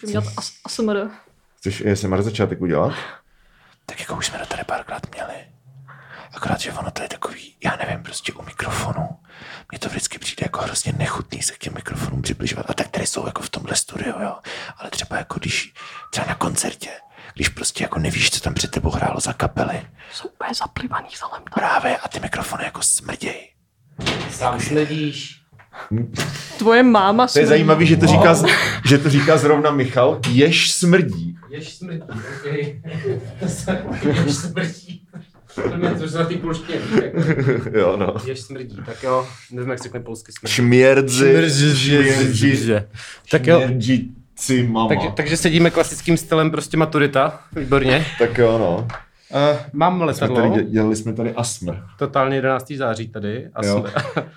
Budeme dělat as- ASMR. Chceš ASMR začátek udělat? Tak jako už jsme to tady párkrát měli. Akorát, že ono to je takový, já nevím, prostě u mikrofonu. Mně to vždycky přijde jako hrozně nechutný se k těm mikrofonům přibližovat. A tak tady jsou jako v tomhle studiu, jo. Ale třeba jako když, třeba na koncertě, když prostě jako nevíš, co tam před tebou hrálo za kapely. Jsou úplně zaplivaný zalem. Právě a ty mikrofony jako smrděj. Sám smrdíš. Tvoje máma To je smrdí. zajímavé, že to No. říká, z- že to říká zrovna Michal, jež smrdí. Jež smrdí, okej. Jež smrdí. To mě to na ty polštině. jo, no. Jež smrdí, tak jo. Nevím, jak se řekne polsky smrdí. Šmierdzi, šmierdzi, Smrdí. Tak jo. šmierdzi mama. Takže, takže sedíme klasickým stylem, prostě maturita. Výborně. Tak jo, no. Uh, mám Jsme tady, letadlo. dě- dělali jsme tady asmr. Totálně 11. září tady. A Jo. smr,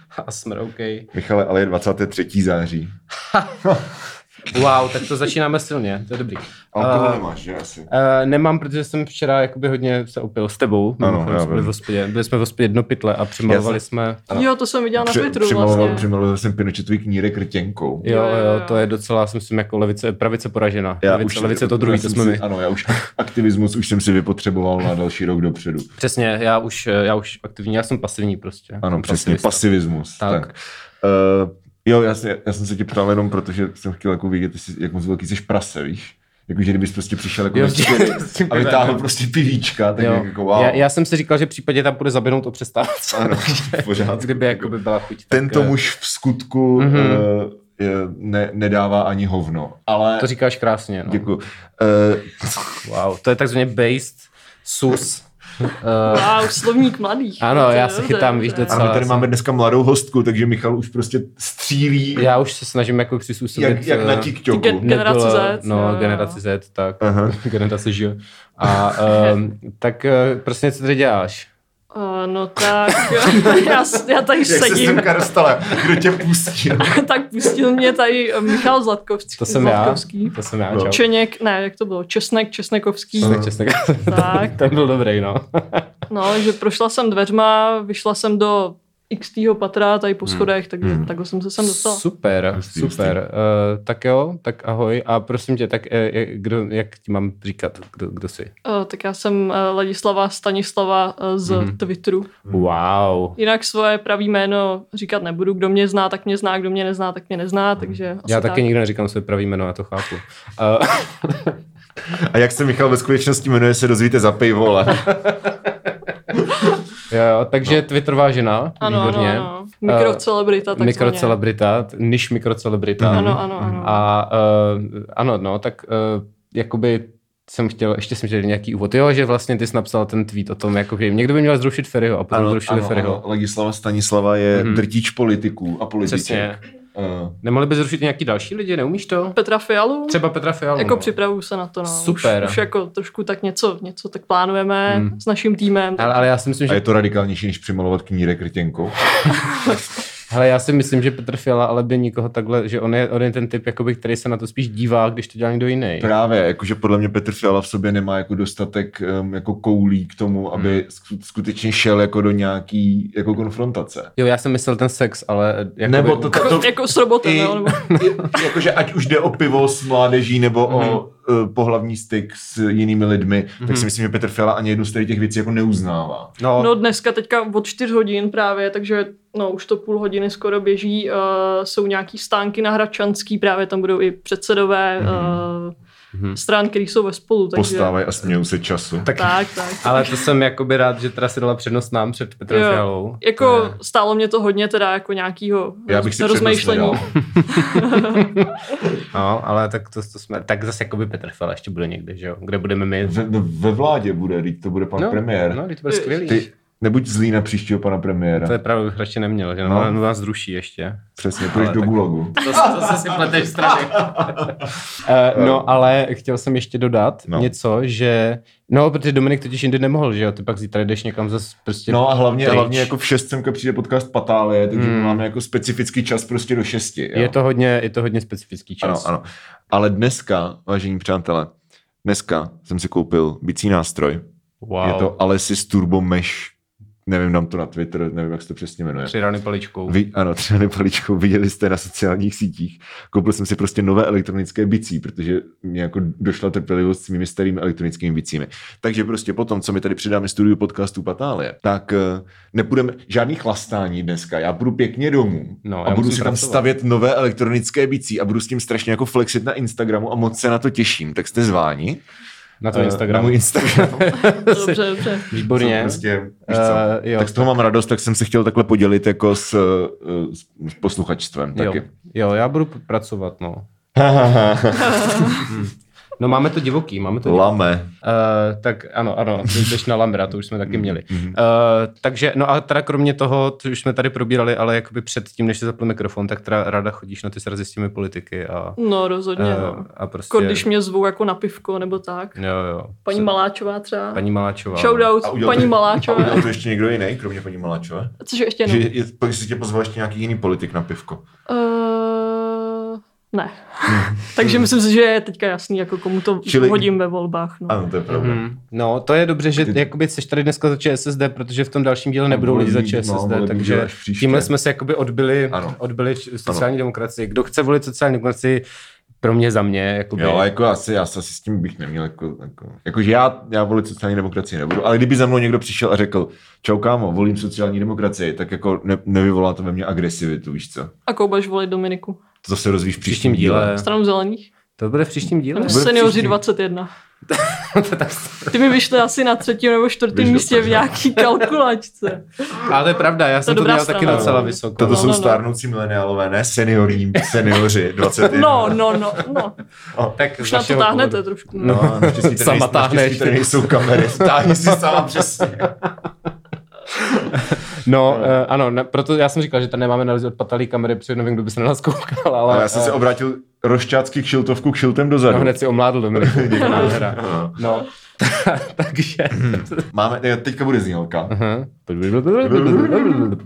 a smr OK. Michale, ale je 23. září. Wow, tak to začínáme silně, to je dobrý. Alkohol Eh, nemáš, že asi? Eh, nemám, protože jsem včera jakoby hodně se opil s tebou. Mimochodem já jsme byli, vím. v hospodě, byli jsme v hospodě jedno pytle a přemalovali jsme. Jo, to jsem viděla na Pře- Twitteru přimaloval- vlastně. Přimaloval jsem Pinochetový knírek rtěnkou. Jo, Jo, jo, jo, jo. to je docela, si myslím, jako levice, pravice poražena. Já levice, levice to druhý, já to jsem jsme si, my. Ano, já už aktivismus už jsem si vypotřeboval na další rok dopředu. Přesně, já už, eh, já už aktivní, já jsem pasivní prostě. Ano, Jsem přesně, pasivista. Vlastně pasivismus. Tak. Tak. Uh, jo, já, se, já jsem se tě ptal jenom, protože jsem chtěl jako vidět, jestli, jak moc velký jsi prase, víš? Jakože kdybys prostě přišel jako Jo, na s tím- čtyři s tím a pivem. vytáhl prostě pivíčka, tak Jo. jako wow. Já, já, jsem si říkal, že v případě tam bude zabinout o přestávce. Ano, v pořádku. Kdyby jakoby byla chuť. tak, Tento eh, muž v skutku Mhm. mm-hmm. uh, ne, nedává ani hovno, ale... To říkáš krásně, no. Děkuji. Uh, Wow, to je takzvaně based sus. Eh, Wow, slovník mladých. Ano, To je já se dobré, chytám, víš, dobré. docela. ano, my tady jsem- máme dneska mladou hostku, takže Michal už prostě střílí já už se snažím jako přizpůsobit. jak, jak na eh, TikToku. Ty ge- Generaci Nebylo- Z, jo, No, jo. generaci Z, tak. Aha. generace Ž. A um, tak uh, prostě co tady děláš? Eh, No tak, já, s- já tady Jak se sedím. semka dostala? Kdo tě pustil? tak pustil mě tady eh, Michal Zlatkovský. To jsem Zlatkovský. já. To jsem já, No. čau. Čeněk, ne, jak to bylo? Česnek, Česnekovský. Česnek, česnek. Tak. Ten byl dobrý, no. No, že prošla jsem dveřma, vyšla jsem do x patra tady po schodech, takže Hmm. takhle jsem se sem dostala. Super, Hustý, super. Uh, tak jo, tak ahoj. A prosím tě, tak eh, eh, kdo, jak ti mám říkat, kdo, kdo jsi? Eh, Tak já jsem eh, Ladislava Stanislava eh, z Hmm. Mhm. Twitteru. Wow. Jinak svoje pravý jméno říkat nebudu. Kdo mě zná, tak mě zná, kdo mě nezná, tak mě nezná, takže asi Mhm. Já taky tak. nikdy neříkám své pravý jméno, já to chápu. Uh, A jak se Michal ve skutečnosti jmenuje, se dozvíte za pejvole. jo, jo, takže no. Twitterová žena, Ano, ano, výborně. Eh, ano. Mikrocelebrita, takzvaně. Mikrocelebrita, t- niž mikrocelebrita. Ano, ano, ano. A uh, ano, no, tak uh, jakoby jsem chtěl, ještě jsem chtěl nějaký úvod. Jo, že vlastně ty jsi napsal ten tweet o tom, jako, že někdo by měl zrušit Ferryho a potom ano, zrušili ano, Ferryho. Ano. Legislava Stanislava je Mhm. mm-hmm. drtič politiků a političek. Přesně. Uh, Nemohli by zrušit nějaký další lidi, neumíš to? Petra Fialu? Třeba Petra Fialu. Jako no. připravuju se na to, no. Super. Už, už jako trošku tak něco, něco tak plánujeme Hmm. s naším týmem. Ale, ale já si myslím, a že, je to radikálnější, než přimalovat knírek rtěnkou. hele, já si myslím, že Petr Fiala, ale by nikoho takhle, že on je, on je ten typ, jakoby, který se na to spíš dívá, když to dělá někdo jiný. Právě, jakože podle mě Petr Fiala v sobě nemá jako dostatek um, jako koulí k tomu, aby Hmm. sku- skutečně šel jako do nějaký jako konfrontace. Jo, já jsem myslel ten sex, ale eh, jakoby, Nebo to, to, jako, to jako s robotem, i, no, jo, nebo... i- jakože ať už jde o pivo s mládeží nebo Mhm. o uh, pohlavní styk s jinými lidmi, tak si myslím, že Petr Fiala ani jednu z tady těch věcí jako neuznává. no, No dneska teďka od 4 hodin právě, takže no už to půl hodiny skoro běží. Uh, jsou nějaký stánky na Hračanský, právě tam budou i předsedové Mhm. mm-hmm. uh, stran, které jsou ve spolu. Takže, Postávají a smějou se času. tak, Tak, tak. ale to jsem jakoby rád, že teda si dala přednost nám před Petrem Jo, Fialou. Jako Eh, stálo mě to hodně teda jako nějakýho Já bych si roz- rozmýšlení. přednost No, ale tak to, to jsme, tak zase jakoby Petr Fela ještě bude někde, že jo? Kde budeme my? Ve, ve- ve vládě bude, teď to bude pan no, premiér. No, teď to bude skvělý. Ty nebuď zlý na příštího pana premiéra. To je právě bych radši neměl, že no. No. no nás zruší ještě. Přesně, půjdeš Ale do tak- gulagu. To, to se si pleteš strany. uh, no, ale chtěl jsem ještě dodat no. No. něco, že... No, protože Dominik totiž jindy nemohl, že jo? Ty pak zítra jdeš někam zase prostě... No a hlavně, pryč. hlavně jako v šest semka přijde podcast Patálie, takže Hmm. my máme jako specifický čas prostě do šesti. Jo? Je to, hodně, je to hodně specifický čas. Ano, ano. Ale dneska, vážení přátelé, dneska jsem si koupil bicí nástroj. Wow. Wow. Je to Alessis Turbo Mesh nevím, dám to na Twitter, nevím, jak se to přesně jmenuje. Tři rany paličkou. Vy, ano, třeba nepaličkou, viděli jste na sociálních sítích. Koupil jsem si prostě nové elektronické bicí, protože mě jako došla trpělivost s mými starými elektronickými bicími. Takže prostě potom, co my tady přidáme studiu podcastu Patálie, tak eh, nepůjdeme žádný chlastání dneska. Já půjdu pěkně domů No, a já budu musím si tam pracovat. stavět nové elektronické bicí a budu s tím strašně jako flexit na Instagramu a moc se na to těším. Tak jste zváni. Na to eh, Na Instagram. můj Instagram. Dobře, dobře. Výborně. Prostě, víš co? Eh, jo, tak z toho mám radost, tak jsem se chtěl takhle podělit jako s, eh, s posluchačstvem jo, taky. jo, já budu p- pracovat, no. No máme to divoký, máme to divoký. Lame. Uh, tak ano, ano, ty jdeš na Lambra, to už jsme Mm-hmm. taky měli. Uh, takže, no a teda kromě toho, to už jsme tady probírali, ale jakoby předtím, než se zapl mikrofon, tak teda ráda chodíš na ty srazy s těmi politiky a, No rozhodně, Eh, uh, no. a prostě... Jako když mě zvou jako na pivko nebo Mm, tak. Jo, jo. Paní Maláčová třeba. Paní Maláčová. no. Shoutout A udělal paní to- Maláčové. Udělal to ještě někdo jiný, kromě paní Maláčové? Cože ještě Že ne? je, jestli tě pozval ještě nějaký jiný politik na pivko. Uh, ne. Takže myslím si, že je teďka jasný, jako komu to Mm. Čili- hodím ve volbách. No. Ano, to je pravda. Mm. Mm. No, to je dobře, že ty... jakoby jsi tady dneska za ČSSD, protože v tom dalším díle nebudou budou lidi za lidi, no, ČSSD, budou no, lidi takže až příště. tímhle jsme se jakoby odbyli, Ano. odbyli č- sociální demokracii. Kdo chce volit sociální demokracii, pro mě, za mě, jakoby. Jo, ale jako asi, já se asi s tím bych neměl, jako, jako, jako že já, já volit sociální demokracii nebudu, ale kdyby za mnou někdo přišel a řekl, čau kámo, volím sociální demokracii, tak jako ne, nevyvolá to ve mně agresivitu, víš co? A koubaš volit Dominiku. To zase rozvíš v v příštím příštím díle. Stranu zelených. To bude v příštím díle. Nebo Bude seniori příští. 21. tak, Ty mi vyšly asi na třetím nebo čtvrtém Víš, místě v dokážu. nějaký kalkulačce. ale to je pravda, já jsem to, dobrá měl taky strana. docela vysoko. Toto No, jsou no, no. stárnoucí mileniálové, ne seniorní, seniori 21. No, no, no, no. tak Už na to táhnete trošku. No. No, naštěstí tady, Sama nejsou- táhneš. naštěstí tady nejsou kamery. Táhni si sama přesně. No, eh, ano, ne, proto já jsem říkal, že tady nemáme na rozdíl od patalí kamery, protože nevím, kdo by se na nás koukal, ale, Ale No, já jsem se eh, obrátil rošťácky k šiltovku k šiltem no, dozadu. hned si omládl Dominik. Ano. no, takže... Máme, ne, teďka bude znělka. Aha.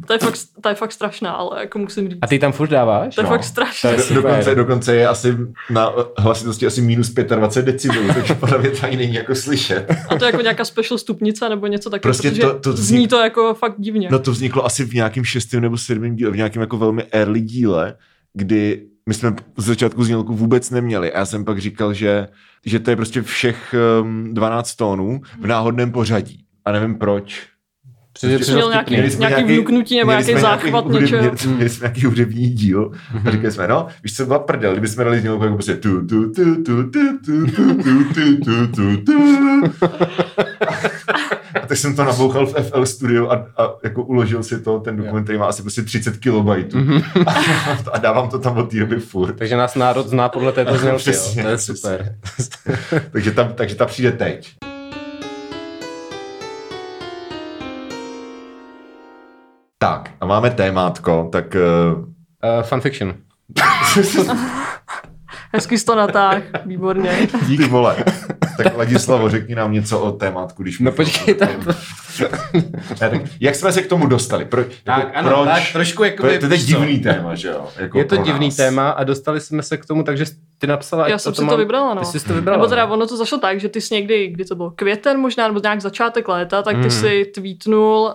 To, je fakt, to je fakt strašná, ale jako musím říct. A ty tam furt dáváš? To je no. fakt strašné. To je Do, super. dokonce, dokonce je asi na hlasitosti asi minus 25 decibelů, takže podle mě to ani není jako slyšet. A to je jako nějaká special stupnice nebo něco takového. Prostě protože to- to zní vznik- to jako fakt divně. No to vzniklo asi v nějakém šestém nebo sedmém díle, v nějakém jako velmi early díle, kdy my jsme z začátku znělku vůbec neměli. A já jsem pak říkal, že, že to je prostě všech um, 12 tónů v náhodném pořadí. A nevím proč. Protože Jsi měl nějaký, prostě přijde Měli jsme nějaký nějaký- vnuknutí nebo Měli nějaký jsme záchvat hudební- něčeho. Měli, měli jsme nějaký hudební díl a říkali jsme, no, víš co, byla prdel, kdyby jsme dali znělku jako prostě tu, tu, tu, tu, tu, tu, tu, tu, tu, tu, tu, tu. A tak jsem to nabouchal v FL Studio a, a jako uložil si to, ten dokument, který má asi prostě 30 kilobajtů. Mhm. A, a dávám to tam od té doby furt. Takže nás národ zná podle této znělky, jo. Přesně, To je přesně. super. Takže ta, takže ta přijde teď. Tak, a máme témátko, tak eh, Uh, fanfiction. Hezky jsi to natáh, výborně. Dík, vole. Tak Ladislavo, řekni nám něco o témátku, když... No mluvil. počkej, tak... Ne, tak jak jsme se k tomu dostali? Pro, tak, jako, ano, proč? tak trošku jako jakoby- To je- to je víš co? divný téma, že jo? Jako Je to pro divný nás. téma a dostali jsme se k tomu, takže ty napsala... Já ať jsem si to mám- vybrala, no. Ty jsi si to vybrala. Nebo no. teda ono to zašlo tak, že ty jsi někdy, kdy to bylo květen možná, nebo nějak začátek léta, tak ty Hmm. si tweetnul, uh,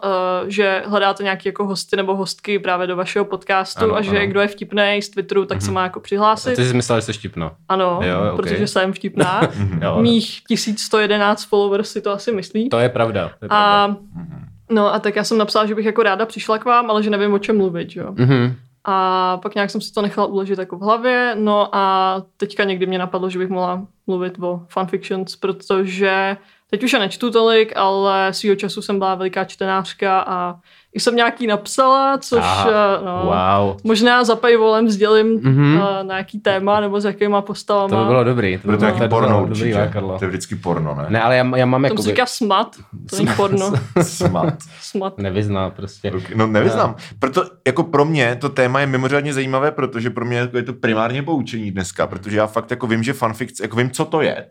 že hledáte nějaký jako hosty nebo hostky právě do vašeho podcastu Ano, a že ano. kdo je vtipný z Twitteru, tak Mhm. se má jako A přihlásit. Ty jsi myslela, že jsi štipno. Ano, Jo, ok. protože jsem vtipná. Mhm. Jo, Mých 1111 followers si to asi myslí. to je pravda. To je pravda. Mhm. A, no a tak já jsem napsala, že bych jako ráda přišla k vám, ale že nevím, o čem mluvit, že jo. Mhm. A pak nějak jsem si to nechala uložit jako v hlavě, no a teďka někdy mě napadlo, že bych mohla mluvit o fanfictions, protože teď už je nečtu tolik, ale svýho času jsem byla veliká čtenářka a i jsem nějaký napsala, což Aha, eh, no, Wow. možná za paywallem sdělím Mhm. eh, na jaký téma nebo s jakýma postavama. To by bylo dobrý. no, To by Bude to bylo nějaký tady porno dobrý určitě. lákadlo. To je vždycky porno, ne? Ne, ale já, já mám Tomu jako se říká smat, to není porno, Smat. smat. nevyzná prostě. Ok, No nevyznám. Proto jako pro mě to téma je mimořádně zajímavé, protože pro mě jako je to primárně poučení dneska, protože já fakt jako vím, že fanfic, jako vím, co to je,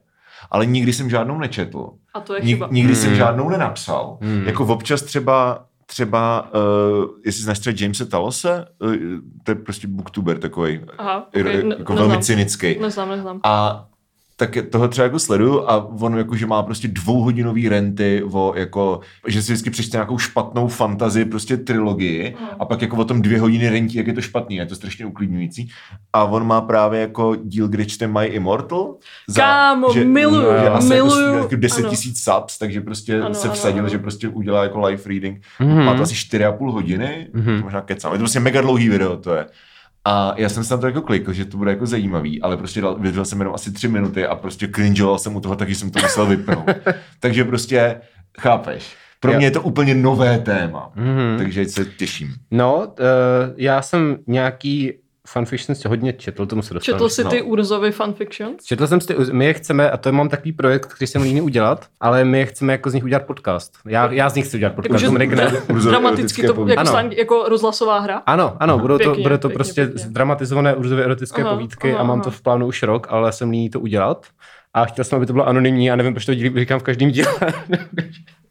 ale nikdy jsem žádnou nečetl. A to je Nik, chyba. nikdy jsem Hmm. žádnou nenapsal. Hmm. Jako občas třeba, třeba uh, jestli znáš třeba Jamesa Talose, uh, to je prostě booktuber takový, Aha, okay, okay, ne, jako velmi neznám. cynický. Neznám, neznám. A tak je- toho třeba jako sleduju a on jako, že má prostě dvouhodinový renty o jako, že si vždycky přečte nějakou špatnou fantazii, prostě trilogii Hmm. a pak jako o tom dvě hodiny rentí, jak je to špatný, a je to strašně uklidňující. A on má právě jako díl, kde čte My Immortal. Kámo, miluju, že asi miluju, Jako 10 ano. tisíc subs, takže prostě ano, Ano, se ano, vsadil, ano. že prostě udělá jako live reading. Mhm. Má to asi 4,5 hodiny, Mhm. mm-hmm. možná kecám. Je to prostě mega dlouhý video, to je. A já jsem se na to jako klikl, že to bude jako zajímavý, ale prostě dal, vydržel jsem jenom asi tři minuty a prostě cringeoval jsem u toho, takže jsem to musel vypnout. takže prostě, chápeš, pro Já- mě je to úplně nové téma, Mhm. takže se těším. No, uh, já jsem nějaký fanfiction hodně četl, tomu se dostanu. Četl si no. ty Urzovy fanfictions? Četl jsem si, ty- my je chceme, a to je mám takový projekt, který jsem líný udělat, ale my je chceme jako z nich udělat podcast. Já, já z nich chci udělat podcast, Jakože Dominik ne. Urzovy dramaticky erotické to povídky. jako, Ano. stán, jako rozhlasová hra? Ano, ano, budou to, Pěkně, bude to pěkně, prostě pěkně. dramatizované urzové erotické Aha, aha, povídky aha, a mám aha. to v plánu už rok, ale jsem líný to udělat. A chtěl jsem, aby to bylo anonymní a nevím, proč to díl, říkám v každém díle.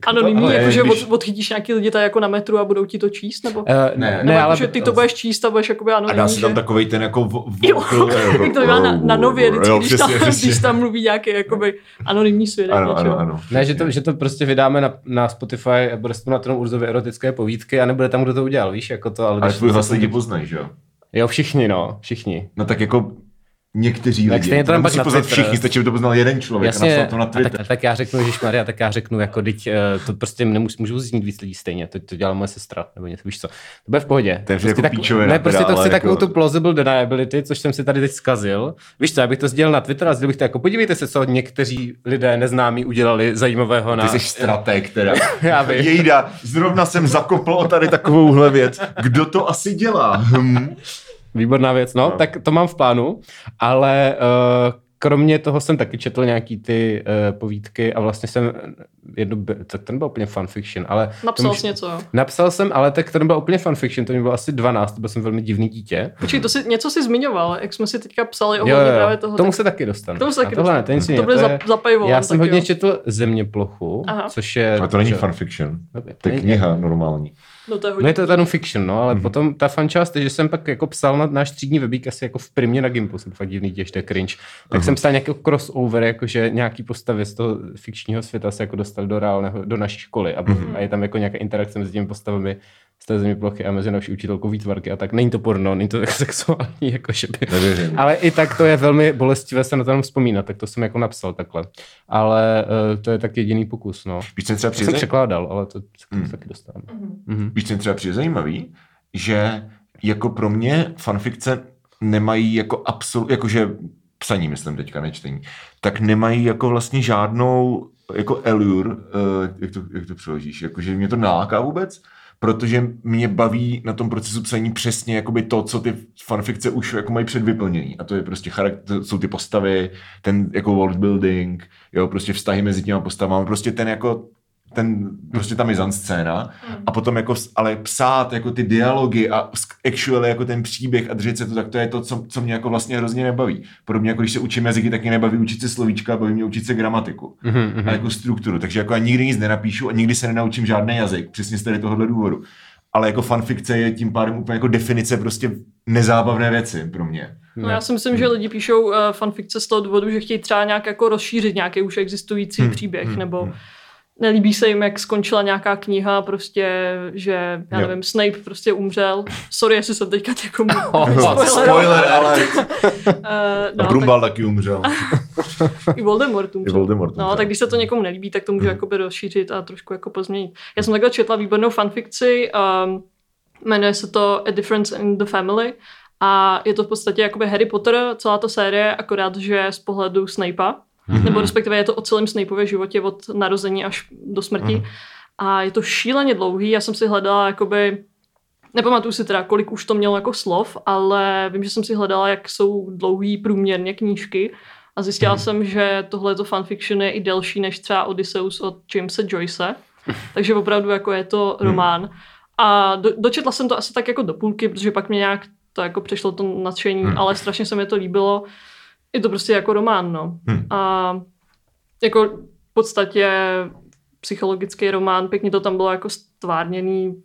Anonymní, Ale jakože když- od, odchytíš nějaký lidi tady jako na metru a budou ti to číst? Nebo, Eh, Ne, nebo jako, že ty to budeš číst a budeš jakoby A anonymní, dá se tam že- takový ten jako... V, v, jako- Jo, jak to bývá na, na nově, vždycky, Jo, když, tam, když tam mluví nějaký jakoby anonymní svědek. Ano, ano, něčeho. ano. Ne, že to, že to prostě vydáme na, na Spotify a bude se to na tom urzové erotické povídky a nebude tam, kdo to udělal, víš, jako to, ale... Ale když- tvůj hlas lidi poznají, že jo? Jo, všichni, no, všichni. No tak jako někteří Tak lidi. stejně to tam pak nemusí na poznat Twitter. všichni, stačí, aby to poznal jeden člověk Jasně, a napsal to na a Twitter. tak, tak, já řeknu, Ježíš Maria, tak já řeknu, jako teď to prostě nemus, můžu znít víc lidí stejně, to, to dělala moje sestra, nebo něco, víš co. To bude v pohodě. To je jako píčovina ne, teda, prostě to ale chci jako- takovou tu plausible deniability, což jsem si tady teď zkazil. Víš co, já bych to sdělil na Twitter a sdělil bych to jako, podívejte se, co někteří lidé neznámí udělali zajímavého na... Ty jsi strateg teda. Já vím. Jejda, zrovna jsem zakopl o tady takovouhle věc. Kdo to asi dělá? Hm. Výborná věc, no, no, tak to mám v plánu, ale uh, kromě toho jsem taky četl nějaký ty uh, povídky a vlastně jsem jednu, be- tak ten byl úplně fanfiction, ale... Napsal tomu- jsi něco, jo. Napsal jsem, ale tak ten byl úplně fanfiction, to mi bylo asi 12, to byl jsem velmi divný dítě. Počkej, to si, něco si zmiňoval, jak jsme si teďka psali Jo, ohledně jo, právě jo. toho. tomu tak- se taky dostanu. tomu se A taky tohle ne, dostanu. to nic to jiného, bude to za, je- za paywall, Já jsem tak hodně jo. četl Zeměplochu, Aha. což je... Ale to není že- fanfiction. Dobrý, To je kniha normální. No to je No hodně. je to ten fiction, no, ale mm-hmm. potom ta fan část, že jsem pak jako psal na náš třídní webík asi jako v primě na Gimpu, jsem fakt divný děž, to je cringe. Tak jsem psal nějaký crossover, jakože nějaký postavy z toho fikčního světa se jako dostali do reálného, do naší školy a, mm-hmm. a je tam jako nějaká interakce mezi těmi postavami z té země plochy a mezi naší učitelkou výtvarky a tak. Není to porno, není to jako sexuální, jako že by... Nevěřím. Ale i tak to je velmi bolestivé se na tom vzpomínat, tak to jsem jako napsal takhle. Ale uh, to je tak jediný pokus, no. Víš, co mi třeba Já jsem přijde, Mhm. překládal, ale to, to Mm. taky dostávám. Hmm. víš, co mi třeba přijde zajímavý? Že jako pro mě fanfikce nemají jako absolut, jakože psaní, myslím teďka, nečtení, tak nemají jako vlastně žádnou jako elur, uh, jak, to, jak to přeložíš, jakože mě to neláká vůbec, protože mě baví na tom procesu psaní přesně jakoby to, co ty fanfikce už jako mají předvyplnění. A to je prostě charakter, to jsou ty postavy, ten jako world building, jo, prostě vztahy mezi těma postavami, prostě ten jako ten, prostě ta mizanscéna a potom jako, s- ale psát jako ty dialogy a sk- actually jako ten příběh a držet se to, tak to je to, co, co mě jako vlastně hrozně nebaví. Podobně jako když se učím jazyky, tak mě nebaví učit se slovíčka, baví mě učit se gramatiku Mm-hmm. a jako strukturu. Takže jako já nikdy nic nenapíšu a nikdy se nenaučím žádný jazyk, přesně z tady tohohle důvodu. Ale jako fanfikce je tím pádem úplně jako definice prostě nezábavné věci pro mě. No já si myslím, že lidi píšou uh, fanfikce z toho důvodu, že chtějí třeba nějak jako rozšířit nějaký už existující hmm. příběh, hmm. nebo nelíbí se jim, jak skončila nějaká kniha, prostě, že, já Jo. nevím, Snape prostě umřel. Sorry, jestli jsem teďka jako Spoiler, ale Uh, no, no, tak Brumbal taky umřel. i Voldemort umřel. I Voldemort No, umřel. tak když se to někomu nelíbí, tak to může jakoby rozšířit a trošku jako pozměnit. Já jsem takhle četla výbornou fanfikci, um, jmenuje se to A Difference in the Family a je to v podstatě jakoby Harry Potter, celá ta série, akorát, že z pohledu Snape'a, mm-hmm. nebo respektive je to o celém Snapeově životě od narození až do smrti. Mm-hmm. A je to šíleně dlouhý, já jsem si hledala jakoby Nepamatuju si teda, kolik už to mělo jako slov, ale vím, že jsem si hledala, jak jsou dlouhý průměrně knížky a zjistila hmm. jsem, že tohleto fanfiction je i delší než třeba Odysseus od Jamesa Joyce, takže opravdu jako je to román. A do, dočetla jsem to asi tak jako do půlky, protože pak mě nějak to jako přišlo to nadšení, hmm. ale strašně se mi to líbilo. Je to prostě jako román, no. Hmm. A jako v podstatě psychologický román, pěkně to tam bylo jako stvárněný,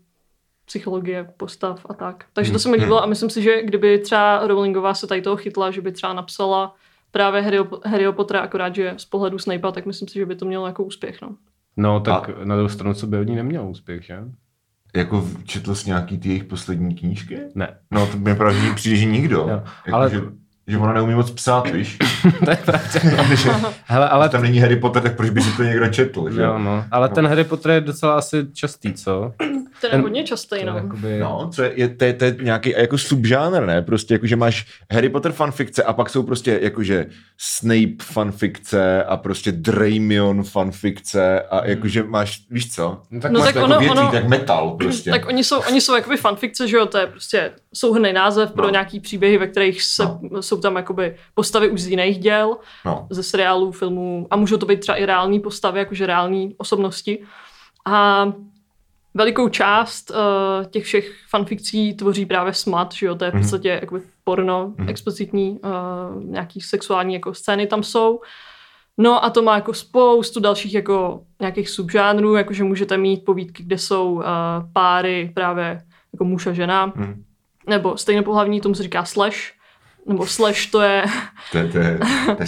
psychologie postav a tak. Takže to se mi líbilo a myslím si, že kdyby třeba Rowlingová se tady toho chytla, že by třeba napsala právě Harry, Harryho Pottera, akorát, že z pohledu Snape'a, tak myslím si, že by to mělo jako úspěch. No. No, tak a... na druhou stranu, co by od ní neměl úspěch, že? Jako v- četl jsi nějaký ty jejich poslední knížky? Ne. No to mi právě přijde, že nikdo. Jo, Jako, ale- ale... že, že ona neumí moc psát, víš? To je pravda. Že- Hele, ale, Když tam není Harry Potter, tak proč by si to někdo četl, že? jo, no. ale ten Harry Potter je docela asi častý, co? Ten je Ten- hodně častý, To je jako no. Jakoby... No, co je, je, to, je, to je nějaký jako subžánr, ne? Prostě jako, že máš Harry Potter fanfikce a pak jsou prostě jakože Snape fanfikce a prostě Draymion fanfikce a jakože máš, víš co? Hmm. tak No máš tak to ono- jako větví, ono- tak metal prostě. Tak oni jsou, oni jsou jakoby fanfikce, že jo, to je prostě souhrný název pro No. nějaký příběhy, ve kterých se, no. jsou tam jakoby postavy už z jiných děl, No. ze seriálů, filmů a můžou to být třeba i reální postavy, jakože reální osobnosti. A velikou část uh, těch všech fanfikcí tvoří právě smut, že jo, to je v podstatě jakoby porno, explicitní, uh, nějaký sexuální jako scény tam jsou. No a to má jako spoustu dalších jako nějakých subžánrů, jakože můžete mít povídky, kde jsou uh, páry právě jako muž a žena, Mhm. nebo stejnopohlavní, tomu se říká slash, nebo slash to je To, je- to, je, to je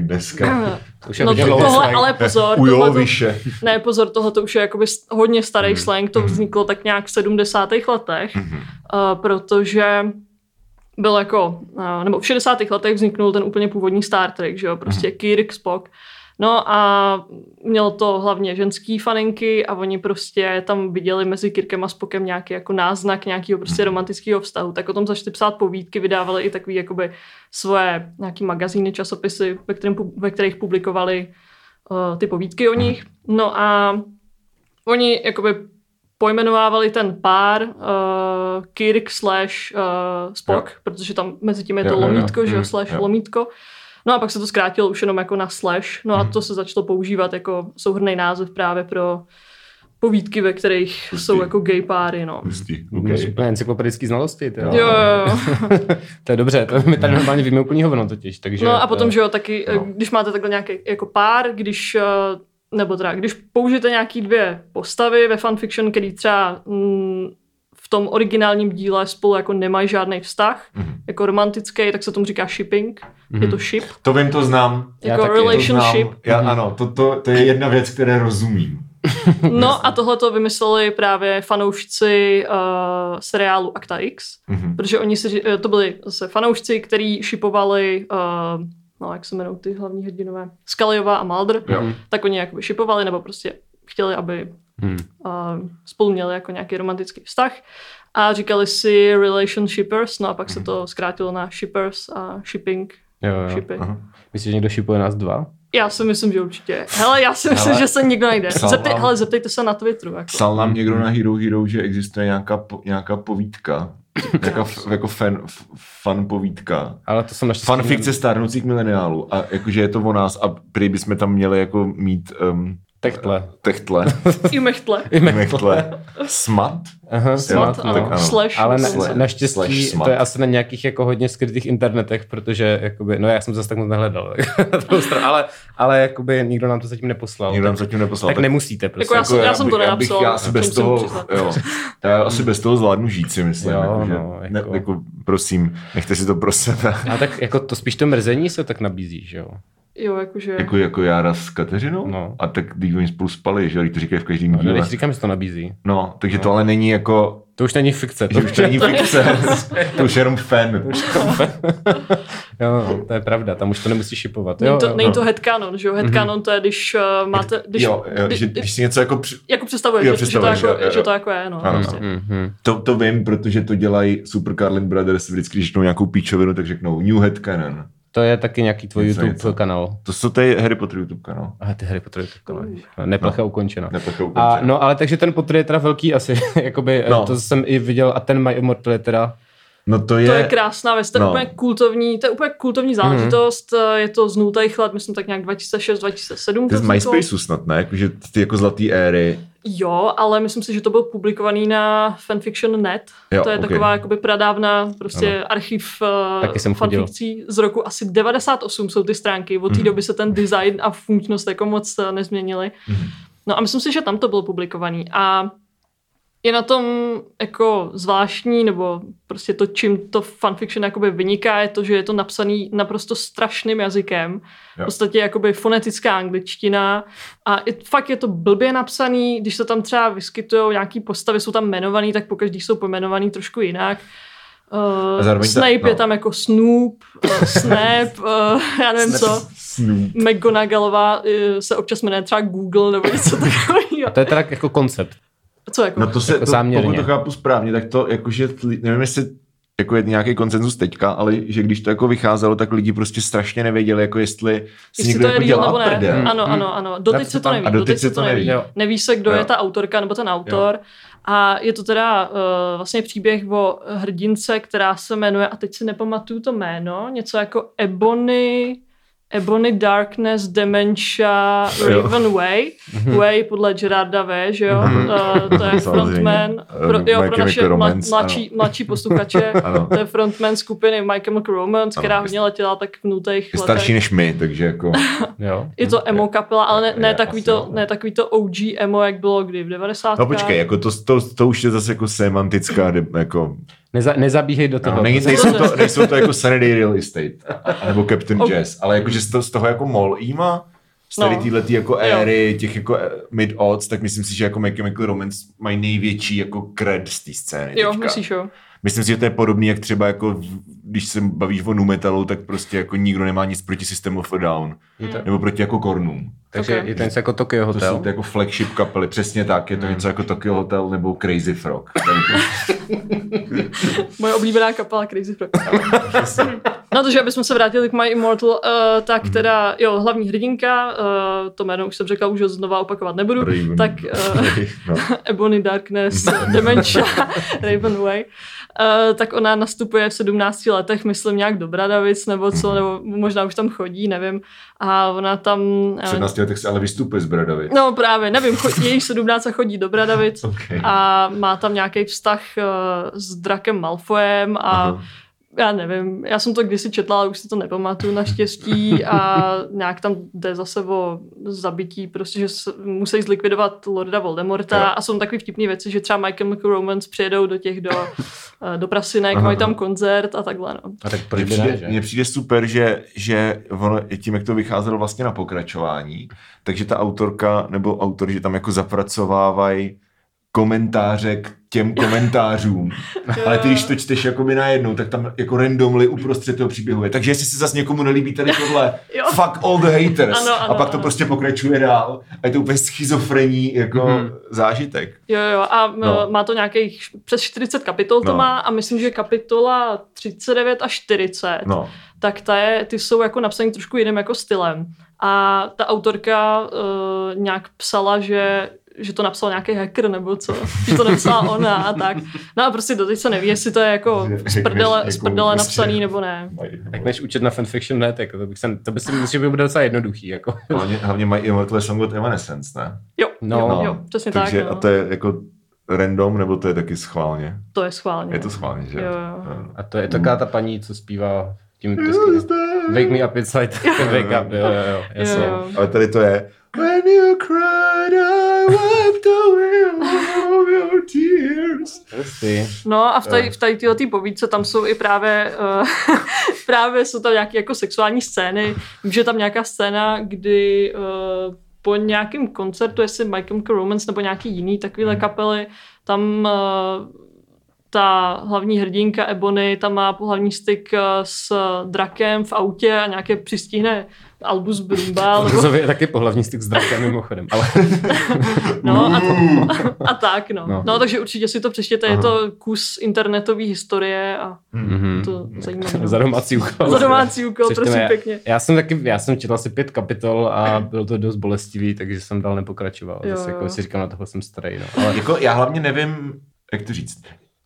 dneska. Už je No hodně to, viděl dlouho tohle, slang. ale pozor, Ujo, tohle, vyše. ne pozor, tohle to už je jakoby s- hodně starý slang, to vzniklo tak nějak v 70. letech, uh, protože byl jako, uh, nebo v 60. letech vzniknul ten úplně původní Star Trek, že jo, prostě Kirk, Spock. No a mělo to hlavně ženský faninky a oni prostě tam viděli mezi Kirkem a Spokem nějaký jako náznak nějakého prostě romantického vztahu. Tak o tom začali psát povídky, vydávali i takový jakoby svoje nějaký magazíny, časopisy, ve, kterém, pu- ve kterých publikovali eh, ty povídky o nich. No a oni jakoby pojmenovávali ten pár uh, Kirk slash uh, Spock, protože tam mezi tím je to Jo, jo, jo. lomítko, že jo, Mm, slash jo. lomítko. No a pak se to zkrátilo už jenom jako na slash, no Mm. a to se začalo používat jako souhrný název právě pro povídky, ve kterých Hustý. jsou jako gay páry, no. Hustý, Máš okay. úplně encyklopedický znalosti, to, Jo. Jo, jo, jo. to je dobře, to my tady normálně víme úplný hovno totiž, takže... No a potom, to- že jo, taky, no. eh, když máte takhle nějaký jako pár, když, eh, nebo teda, když použijete nějaký dvě postavy ve fanfiction, který třeba mm, v tom originálním díle spolu jako nemají žádný vztah, Mhm. jako romantický, tak se tomu říká shipping, je to ship, To vím, to znám. Já jako taky, to znám. To znám. relationship. Mhm. Já, ano, to, to, to je jedna věc, které rozumím. No a tohle to vymysleli právě fanoušci uh, seriálu Akta X, Mhm. protože oni si, ři- eh, to byli zase fanoušci, kteří šipovali, uh, no jak se jmenují ty hlavní hrdinové, Skaliová a Mulder, Mhm. Jo. tak oni jakoby šipovali nebo prostě chtěli, aby Hmm. uh, spolu měli jako nějaký romantický vztah a říkali si relationshipers, no a pak se Mhm. to zkrátilo na shippers a shipping, Jo, jo. shipy. Aha. Myslíš, že někdo šipuje nás dva? Já si myslím, že určitě. Hele, já si myslím, Hele, že se nikdo najde. psal Zeptej, vám- hele, zeptejte se na Twitteru. Jako. Psal nám někdo na Hero Hero, že existuje nějaká, po, nějaká povídka, nějaká f, jako fan, f, fan povídka. Ale to jsem naštěstí... Fanfikce stárnoucích mileniálů. A jakože je to o nás a prý bychom tam měli jako mít um, Techtle. techtle, I mechtle. mechtle, smat. Aha, Smart, smart, Prostě no. tak ano. ano. no. Slash. Ale myslím. na, Slash. naštěstí Slash smart. to je asi na nějakých jako hodně skrytých internetech, protože jakoby, no já jsem zase tak moc nehledal, na druhou stranu, ale, ale jakoby nikdo nám to zatím neposlal. Nikdo nám tak, zatím neposlal. tak, nemusíte Jako prostě. já jsem- jsem bych- to já bych- nenapsal, Já si to bez musím toho, přiznat. jo, já asi bez toho zvládnu žít si myslím. Jo, jakože, no, ne, jako- jako, prosím, nechte si to pro sebe. A tak jako to spíš to mrzení se tak nabízí, že jo? Jo, jakože. Jako, jako Jára s Kateřinou? No. A tak když oni spolu spali, že jo, to říkají v každém No, díle. když říkám, že to nabízí. No, takže to ale není jako, To už není fikce. že už to není fikce, to už je jenom fan. jo, no, to je pravda, tam už to nemusíš šipovat. Jo, Není to, jo. není to headcanon, že jo? Headcanon to je, když uh, máte, když, Mhm. Jako- jo, jo, že, kdy- když si něco jako, při... jako představuješ, Jo, že- že, to představuješ, jako, jo, jo, že to jo. jako je, no. Ano, prostě. Mhm. to, to vím, protože to dělají Super Carlin Brothers, vždycky, když řeknou nějakou píčovinu, tak řeknou New Head Canon. To je taky nějaký tvůj Něco, YouTube něco. kanál. To jsou tady Harry Potter YouTube kanál. A ty hry Potter YouTube kanál. Neplecha No. ukončena. Neplecha No, A, ukončena. no, ale takže ten Potter je teda velký asi, jakoby, no. No. to jsem i viděl, a ten My Immortal je teda, No to To je je, krásná věc, to je No. Mhm. úplně kultovní, to je úplně kultovní záležitost, eh, je to z nutých let, myslím tak nějak 2006-2007. to je z prostě to vzniklo. MySpaceu snad, ne? Jakože ty jako zlatý éry. Jo, ale myslím si, že to bylo publikovaný na fanfiction.net. Jo, to je ok. taková jakoby pradávna prostě archiv Taky uh, jsem chodil. Mhm. fanfikcí z roku asi 98 jsou ty stránky. Od té doby se ten design a Mhm. funkčnost jako moc eh, nezměnily. No a myslím si, že tam to bylo publikovaný. A je na tom jako zvláštní, nebo prostě to, čím to fanfiction jakoby vyniká, je to, že je to napsaný naprosto strašným jazykem. V Jo. podstatě jakoby fonetická angličtina a je, fakt je to blbě napsaný, když se tam třeba vyskytují nějaký postavy, jsou tam jmenovaný, tak pokaždý jsou pojmenovaný trošku jinak. A Uh, zároveň ta- Snape je no. tam jako Snoop, uh, Snap, uh, já nevím co. Snů. McGonagallová eh, se občas jmenuje třeba Google nebo něco takového. A to je teda jako koncept. Co jako? No to se, Jako to, záměrně. pokud to chápu správně, tak to jakože, tli- nevím jestli jako je nějaký koncenzus teďka, ale že když to jako vycházelo, tak lidi prostě strašně nevěděli, jako jestli si Jestli někdo to je jako real dělá nebo ne. Hmm. prdel. Ano, Mm. ano, ano. Doteď Tak se to tam- neví. a doteď se to neví. Jo. Neví se, kdo Jo. je ta autorka nebo ten autor. A je to teda uh, vlastně příběh o hrdince, která se jmenuje, a teď si nepamatuju to jméno, něco jako Ebony, Ebony Darkness Dementia Jo. Raven Way. Way podle Gerarda V, že jo? Mhm. Uh, to je Samozřejmě. frontman. Pro, Eh, jo, My pro naše Chemical mla- Romance, mladší, mladší posluchače. Ano. To je frontman skupiny My Chemical Romance, Ano, která jest- hodně letěla tak v nutých Je letech. starší než my, takže jako... Jo. Je to emo kapela, ale ne, ne, Hm, Je, takový, asi to, jo. ne takový to OG emo, jak bylo kdy v 90. No počkej, jako to, to, to už je zase jako semantická, de- jako... Neza, nezabíhej do toho. No, není, Prostě- nejsou, to, nejsou to jako Saturday Real Estate, nebo Captain Ok. Jazz, ale jakože z, to, z toho jako mall ima, z tady No. no. jako éry, těch jako eh, mid odds, tak myslím si, že jako My Chemical Romance mají největší jako cred z té scény. Jo, teďka. myslíš jo. Myslím si, že to je podobný, jak třeba jako, v- když se bavíš o nu metalu, tak prostě jako nikdo nemá nic proti System of a Down. Je to- Nebo proti jako Kornům. Takže Ok. je to něco jako Tokyo To Hotel. jsou ty jako flagship kapely, přesně tak. Je to něco jako Tokyo Hotel nebo Crazy Frog. Tady to- Moje oblíbená kapela Crazy Frog. No to, že abychom se vrátili k My Immortal, uh, Mhm. tak teda, jo, hlavní hrdinka, uh, to jméno už jsem řekla, už ho znova opakovat nebudu, Raven. tak uh, no. Ebony Darkness, Dementia, Raven Way, uh, tak ona nastupuje v 17 letech, myslím nějak do Bradavic nebo Mhm. co, nebo možná už tam chodí, nevím, a ona tam... V eh, 17 letech se ale vystupuje z Bradavic. No právě, nevím, cho- je jich 17 a chodí do Bradavic Okay. a má tam nějaký vztah eh, s drakem Malfoyem a Aha. já nevím, já jsem to kdysi četla, ale už si to nepamatuju naštěstí a nějak tam jde zase o zabití, prostě, že s- musí zlikvidovat Lorda Voldemorta Jo. a jsou tam takový vtipné věci, že třeba Michael Romance přijedou do těch do, eh, do prasinek, Aha. mají tam koncert a takhle, no. A tak Mně proč by ne, přijde, že? mně přijde super, že, že ono, tím, jak to vycházelo vlastně na pokračování, takže ta autorka nebo autor, že tam jako zapracovávají komentáře k těm komentářům. Ale ty, když to čteš jakoby najednou, tak tam jako randomly uprostřed toho příběhu je. Takže jestli se zase někomu nelíbí tady tohle, Jo. fuck all the haters. Ano, ano, a pak to ano. prostě pokračuje dál. A je to úplně schizofrenní jako Mhm. zážitek. Jo, jo, a no. No. má to nějakých přes 40 kapitol to No. má a myslím, že kapitola 39 a 40, no. No. tak ta je, ty jsou jako napsaný trošku jiným jako stylem. A ta autorka uh, nějak psala, že že to napsal nějaký hacker nebo co, že to nepsala ona a tak. No a prostě doteď se neví, jestli to je jako Že- z prdele, jako z prdele prostě- napsaný nebo ne. Tak než učit na fanfiction net, jako to, bych se, to by si myslím, že by bylo docela jednoduchý. Jako. Hlavně, hlavně mají Immortal Song od Evanescence, ne? Jo, No. jo, No. jo, přesně Takže, tak. A No. to je jako random, nebo to je taky schválně? To je schválně. Je to schválně, že? Jo, jo. Ano. A to je taková ta paní, co zpívá tím tiskem. Wake me up, it's light. Wake up, jo, jo, jo. jasně. Jo, jo. Ale tady to je When you cried, I wiped away all of your tears. Prostě. No a v tady, v tady tyhle tý povídce tam jsou i právě, uh, právě jsou tam nějaké jako sexuální scény. Vím, že je tam nějaká scéna, kdy uh, po nějakém koncertu, jestli Michael Romance nebo nějaký jiný takovýhle kapely, tam uh, ta hlavní hrdinka Ebony, tam má pohlavní styk eh, s drakem v autě a nějaké přistihne Albus Brumba. nebo- Rozovi je taky pohlavní styk s drakem mimochodem, ale No a, a tak no. no. No. No takže určitě si to přečtěte, je to kus internetové historie a Mhm. to no. zajímavé. za domácí úkol. Za domácí úkol, Přečteme. prosím pěkně. Já jsem taky, já jsem četl asi pět kapitol a bylo to dost bolestivý, takže jsem dál nepokračoval. Jo, Zase jo. jako si říkám, na tohle jsem starý. No. Ale jako já hlavně nevím, jak to říct.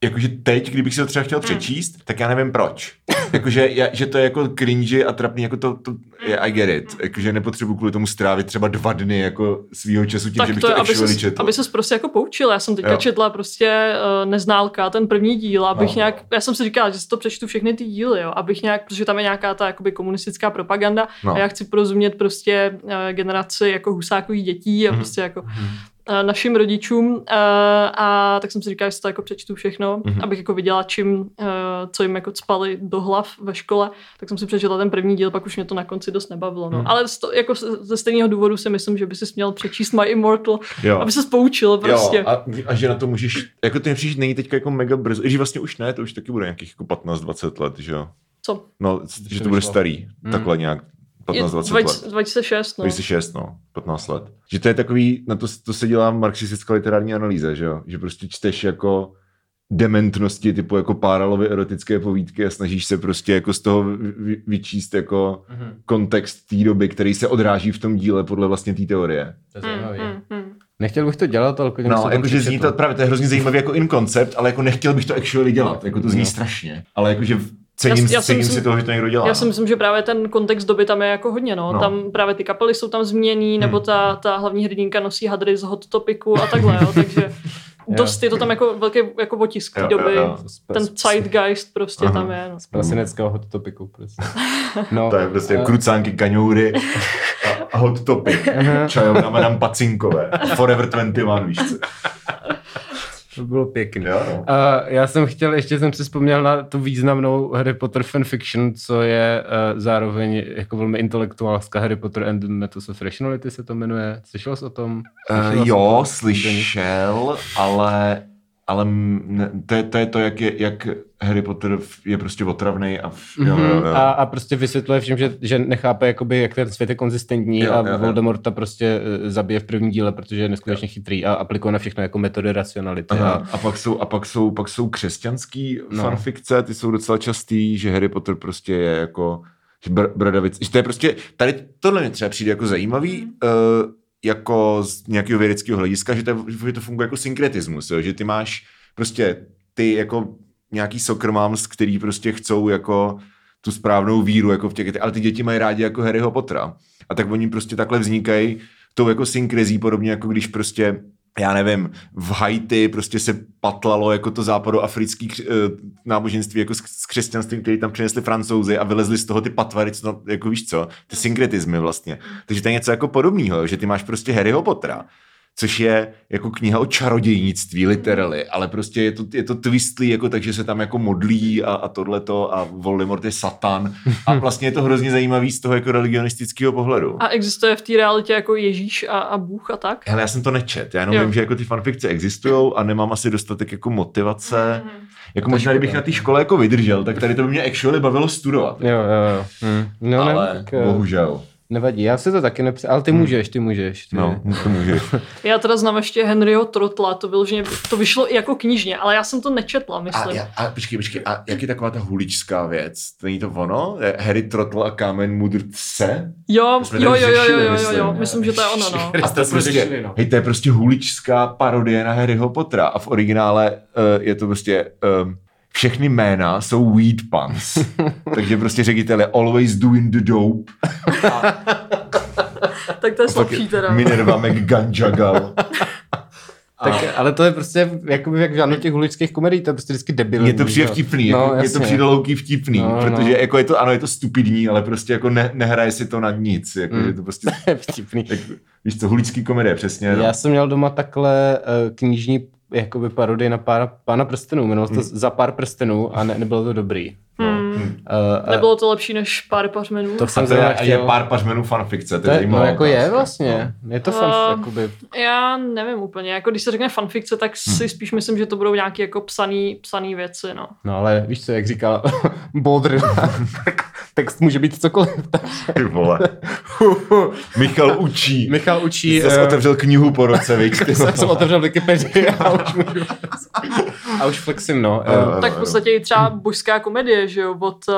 Jakože teď, kdybych si to třeba chtěl Hmm. přečíst, tak já nevím proč. Jakože já, že to je jako cringy a trapný, jako to, to je, I get it. Hmm. Jakože nepotřebuji kvůli tomu strávit třeba dva dny jako svýho času tím, že Tak bych to, to, je, aby, actually ses, četl. aby ses prostě jako poučil. Já jsem teďka jo. Jo. četla prostě uh, Neználka, ten první díl, abych no. No. nějak, já jsem si říkala, že si to přečtu všechny ty díly, jo, abych nějak, protože tam je nějaká ta jakoby komunistická propaganda No. eh, Mhm. a já chci porozumět prostě uh, generaci jako husákových dětí a prostě jako eh, našim rodičům eh, a tak jsem si říkala, že si to jako přečtu všechno, Mhm. mm-hmm. abych jako viděla, čím, eh, co jim jako cpali do hlav ve škole, tak jsem si přečetla ten první díl, pak už mě to na konci dost nebavilo. Mhm. No. Mm. Ale z to, jako z- ze stejného důvodu si myslím, že by si měl přečíst My Immortal, Jo. aby se poučil prostě. Jo, a, a, že na to můžeš, jako to nepřijde, není teďka jako mega brzo, i když vlastně už ne, to už taky bude nějakých jako 15-20 let, že jo. Co? No, c- že to bude vyšlo. starý, Mm. takhle nějak Je 15-20 let. 20 2006, no. 26, no, 15 let. Že to je takový, na to, to se dělá marxistická literární analýza, že jo? Že prostě čteš jako dementnosti typu jako páralovy erotické povídky a snažíš se prostě jako z toho vy- vy- vyčíst jako Mhm. kontext té doby, který se odráží v tom díle podle vlastně té teorie. To je Mm, zajímavý. mm, mm. Nechtěl bych to dělat, ale když No, jakože zní to právě, to je hrozně zajímavý jako in concept, ale jako nechtěl bych to actually dělat, jako to zní No. strašně. Ale jakože v- cením, Já- já si cením myslím- si toho, že to někdo dělá. Já si no. myslím, že právě ten kontext doby tam je jako hodně, no. No. Hmm. no. Tam právě ty kapely jsou tam změní, nebo ta, ta hlavní hrdinka nosí hadry z hot topiku a takhle, jo. Takže dost je to tam jako velký jako otisk té Jo, jo, doby. jo. Ten zeitgeist prostě Aha. tam je, no. Z praseneckého hot topiku prostě. No, To je prostě a- krucánky, kaňoury a- a hot topy. Čajovna madam Pacinkové. Forever 21, víš co. To bylo pěkný. Jo, no. Uh, já jsem chtěl, ještě jsem si vzpomněl na tu významnou Harry Potter fanfiction, co je uh, zároveň jako velmi intelektuálská Harry Potter and the Methods of Rationality se to jmenuje. Slyšel jsi o tom? Slyšela Uh, jsi o jo, vlastně- tom? slyšel, ale, ale m- ne- to, je, to je to, jak, je, jak Harry Potter v- je prostě otravný a v, jo, jo, Mhm, jo. A, a prostě vysvětluje všem, že, že nechápe, jakoby, jak ten svět je konzistentní Jo, jo, jo, a jo. Voldemorta prostě eh, zabije v prvním díle, protože je neskutečně chytrý a aplikuje na všechno jako metody racionality. Aha. A, A pak jsou, a pak jsou, pak jsou křesťanský no. No. fanfikce, ty jsou docela častý, že Harry Potter prostě je jako že br- bradavic, že to je prostě, tady tohle mě třeba přijde jako zajímavý, mm. uh, jako z nějakého vědeckého hlediska, že to, že to funguje jako synkretismus, jo? že ty máš prostě ty jako nějaký soccer moms, který prostě chcou jako tu správnou víru jako v těch, ale ty děti mají rádi jako Harryho Pottera. A tak oni prostě takhle vznikají tou jako synkrezí, podobně jako když prostě já nevím, v Haiti prostě se patlalo jako to západoafrický kř- eh, náboženství jako s- s křesťanstvím, který tam přinesli francouzi a vylezli z toho ty patvary, co tam, jako víš co, ty synkretismy vlastně. Takže to je něco jako podobného, že ty máš prostě Harryho Pottera, což je jako kniha o čarodějnictví, literally, ale prostě je to, je to twistlý, jako takže se tam jako modlí a, a tohleto a Voldemort je satan a vlastně je to hrozně zajímavý z toho jako religionistického pohledu. A existuje v té realitě jako Ježíš a, a Bůh a tak? Hele, já jsem to nečet, já jenom jo. Jo. vím, že jako ty fanfikce existují a nemám asi dostatek jako motivace. Jako možná, škoda. kdybych na té škole jako vydržel, tak tady to by mě actually bavilo studovat. jo, jo, jo. Hm. No, Ale ne, tak, eh, bohužel. Nevadí, já si to taky nepře... Ale ty můžeš, ty můžeš. Ty. Hmm. No, to můžeš. Já teda znám ještě Henryho Trotla, to, vyloženě, to vyšlo i jako knižně, ale já jsem to nečetla, A, myslím. já- a, počkej, počkej, a jak je taková ta huličská věc? To není to ono? Je Harry Trotl a kámen mudrce? Jo, To jsme jo, jo, tady jo, jo, řešili, jo, jo, jo, myslím. myslím, že to je ono, no. A to, je prostě, hej, to je prostě huličská parodie na Harryho Pottera a v originále uh, je to prostě um, všechny jména jsou weed puns. Takže prostě ředitel je always doing the dope. Tak to je A pak je slabší teda. Minerva McGunjagal. Tak, ale to je prostě jakoby jak v žádnou těch huličských komedií, to je prostě vždycky debilní. Je to přijde že jo. vtipný, no, jako, je to jasně. přijde louký vtipný, no, No, protože no. jako je to, ano, je to stupidní, ale prostě jako ne, nehraje si to na nic, jako, Hmm. mm. je to prostě, To je vtipný. jak, víš co, hulický komedie, přesně, no. Já jsem měl doma takhle eh, knižní jakoby parodii na pána, pána prstenů, jmenovalo se to Hmm. za pár prstenů a ne, nebylo to dobrý. Hmm. Uh, Nebylo to lepší než pár pařmenů? To A jsem to je, zrovna a je chtěl. pár pařmenů fanfikce, to to je, je, no, zajímavá jako je otázka. no. vlastně. Je to fan, Ehm, jakoby, Já nevím úplně, jako když se řekne fanfikce, tak Hmm. si spíš myslím, že to budou nějaké jako psaný, psaný věci, no. no ale víš co, jak říkal Bodr, tak text může být cokoliv. No. Ty vole. Michal učí. Michal učí, Zase eh, otevřel knihu po roce, víš, ty jsem, jsem otevřel Wikipedii a už můžu, a už flexím, no. Jo, jo. Eh, Tak v podstatě i třeba božská komedie, že jo, od uh,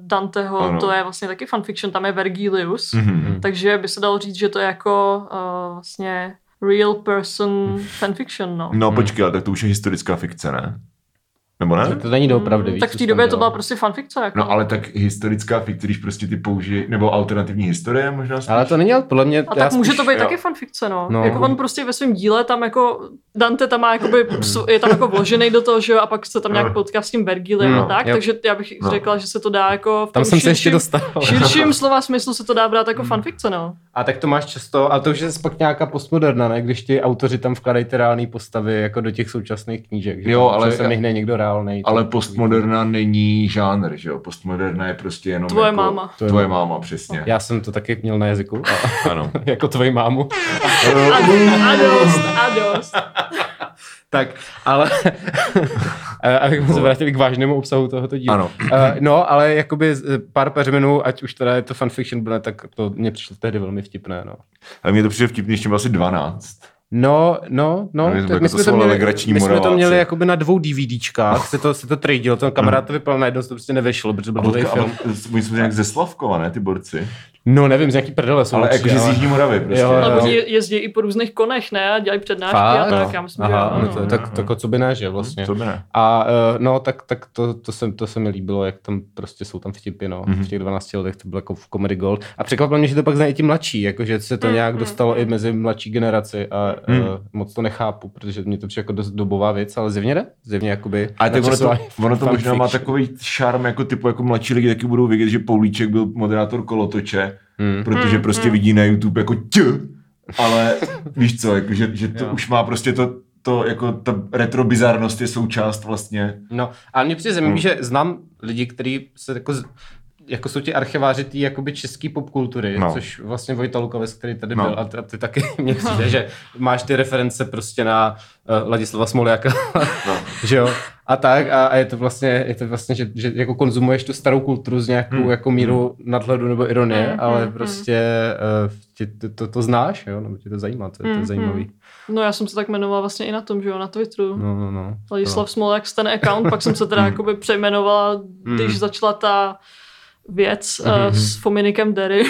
Danteho, Ano. ano. to je vlastně taky fanfiction, tam je Vergilius, mm. Mhm. takže by se dalo říct, že to je jako uh, vlastně real Mhm. person fanfiction, no. No počkej, ale tak to už je historická fikce, ne? Nebo ne? Eh, To není doopravdy, víš. tak co v té jsem době to dělal. byla prostě fanfikce, jako. No ale tak historická fikce, když prostě ty použije, nebo alternativní historie možná spíš. Ale to není, ale podle mě... A já tak může spíš- to být jo. taky fanfikce, no. No. no. Jako on prostě ve svém díle tam jako, Dante tam má jakoby, Hmm. psu- je tam jako vložený do toho, že jo, a pak se tam nějak potká s tím Vergilem No, a tak, jo. takže já bych No. řekla, že se to dá jako v Tam tom jsem se ještě širším- dostal. Hmm. V širším slova smyslu se to dá brát jako fanfikce, no. A A tak to máš často, a to už je pak nějaká postmoderna, ne? když ti autoři tam vkladají ty reální postavy jako do těch současných knížek. Že Jo, tam ale- se nehne někdo reálnej. Ale To- postmoderna není žánr, že jo? Postmoderna je prostě jenom Tvoje jako... máma. Tvoje, tvoje máma, přesně. Já jsem to taky měl na jazyku, a, Ano. jako tvoji mámu. A, a dost, a dost. Tak, ale eh, abychom se vrátili k vážnému obsahu tohoto dílu. Ano. Eh, no, ale jakoby z- pár peřminů, ať už teda je to fanfiction, bude, tak to mě přišlo tehdy velmi vtipné, no. Ale mně to přijde vtipný, když tím asi 12. No, no, no. A my jsme tak jako to svolali legrační my jsme to moraláci. měli jakoby na dvou DVDčkách, se to, se to tradilo, ten kamarád to vypal najednou, se to prostě nevyšlo, protože byl dlouhý Odkud- film. ale Oni jsou nějak ze Slavkova, ne, ty borci? No, nevím, z jaký prdele jsou. Ale určitě, jakože z Jižní Moravy prostě. Jo, jo. Ale oni No, je- jezdí i po různých konech, ne? A dělají přednášky Fakt? a tak. Já myslím, Aha, že ano, no. jo. no. to, tak, tak co by ne, že vlastně. To by ne. A eh, no, tak, tak to, to, se, to se mi líbilo, jak tam prostě jsou tam vtipy, no. Mhm. Mm-hmm. V těch 12 letech to bylo jako v Comedy Gold. A překvapilo mě, že to pak znají i ti mladší, jakože se to mm-hmm. nějak dostalo i mezi mladší generaci a mm. Mhm. uh, moc to nechápu, protože mě to přijde jako dost dobová věc, ale zjevně ne, zjevně jakoby... A tak ono to, načasování ono to možná má fanfiction. takový šarm, jako typu, jako mladší lidi taky budou vědět, že Poulíček byl moderátor kolotoče, Hmm. protože prostě vidí na YouTube jako tě, ale víš co, jako, že, že to Jo. už má prostě to, to jako ta retro bizarnost je součást vlastně. No, a mě přijde zajímavé, Hmm. že znám lidi, kteří se jako, z- jako jsou ti archiváři té jakoby české popkultury, No. no. což vlastně Vojta Lukavec, který tady No. no. byl a t- a ty taky mě No. přijde, že máš ty reference prostě na uh, Ladislava Smoljaka, no. že jo, a tak a, a je to vlastně, je to vlastně že, že jako konzumuješ tu starou kulturu s nějakou Hmm. hmm. jako míru hmm. nadhledu nebo ironie, Hmm, hmm. ale hmm, prostě uh, tě, to, to, to znáš, jo, nebo tě to zajímá, to, je- to je Hmm, zajímavý. No já jsem se tak jmenovala vlastně i na tom, že jo, na Twitteru. No, no, no. Ladislav Smolák z ten account, pak jsem se teda jakoby přejmenovala, když začala ta věc uh, s Fominikem Derry.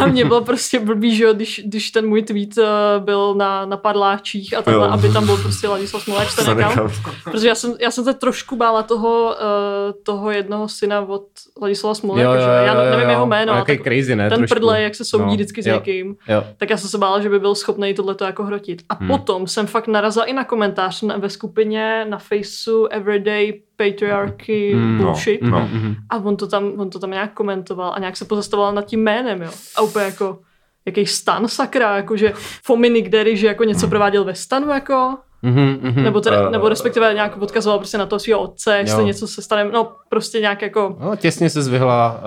a mě bylo prostě blbý, že jo, když, když ten můj tweet uh, byl na, na padláčích a takhle, Jo. aby tam byl prostě Ladislav Smolák z ten account. Protože já jsem, já jsem se trošku bála toho, uh, toho jednoho syna od Ladislava Smoláka, že jo, já nevím jeho jméno, A ale jaký tak crazy, ne? ten trošku. prdle, jak se soudí No, vždycky s jo. někým. Jo. Tak já jsem se bála, že by byl schopný tohleto jako hrotit. A hmm. potom jsem fakt narazila i na komentář na, ve skupině na Faceu Everyday Patriarchy Mm, hmm, no, Bullshit. mm. No. No. Mhm. A on to, tam, on to tam nějak komentoval a nějak se pozastavoval nad tím jménem, jo. A úplně jako, jaký stan sakra, jako jakože Fominik Derry, že jako něco prováděl ve stanu, jako. Mhm, mhm. Nebo, teda, Eh. nebo respektive nějak odkazoval prostě na toho svého otce, jestli Jo. něco se stane, no prostě nějak jako No, těsně se zvyhla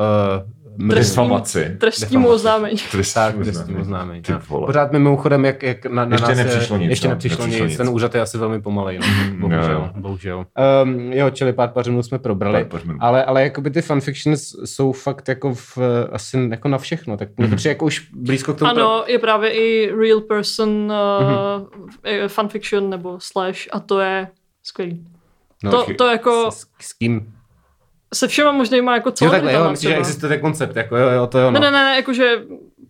uh, Trestní- Defamaci. trestnímu oznámení. Tak, Trestnímu trestním oznámení. Ty tak. vole. Pořád mi mimochodem, jak, jak na, na Ještě nás nepřišlo je, nic, ještě no, nepřišlo, nepřišlo nic. nic. Mm-hmm. Ten úřad je asi velmi pomalej, no. bohužel. jo. bohužel. Um, jo, čili pár pařinů jsme probrali. Pár pařminů. Ale, ale jakoby ty fanfictions jsou fakt jako v, eh, asi jako na všechno. Tak Mhm. mě to přijde jako už blízko k tomu. Ano, je právě i real person uh, Mhm. mm-hmm. fanfiction nebo slash a to je skvělý. No, to, to jako s, s kým? se všema možnýma jako co Jo, takhle, jo, myslím, že existuje ten koncept, jako jo, jo, to jo, Ne, no. ne, ne, ne, jakože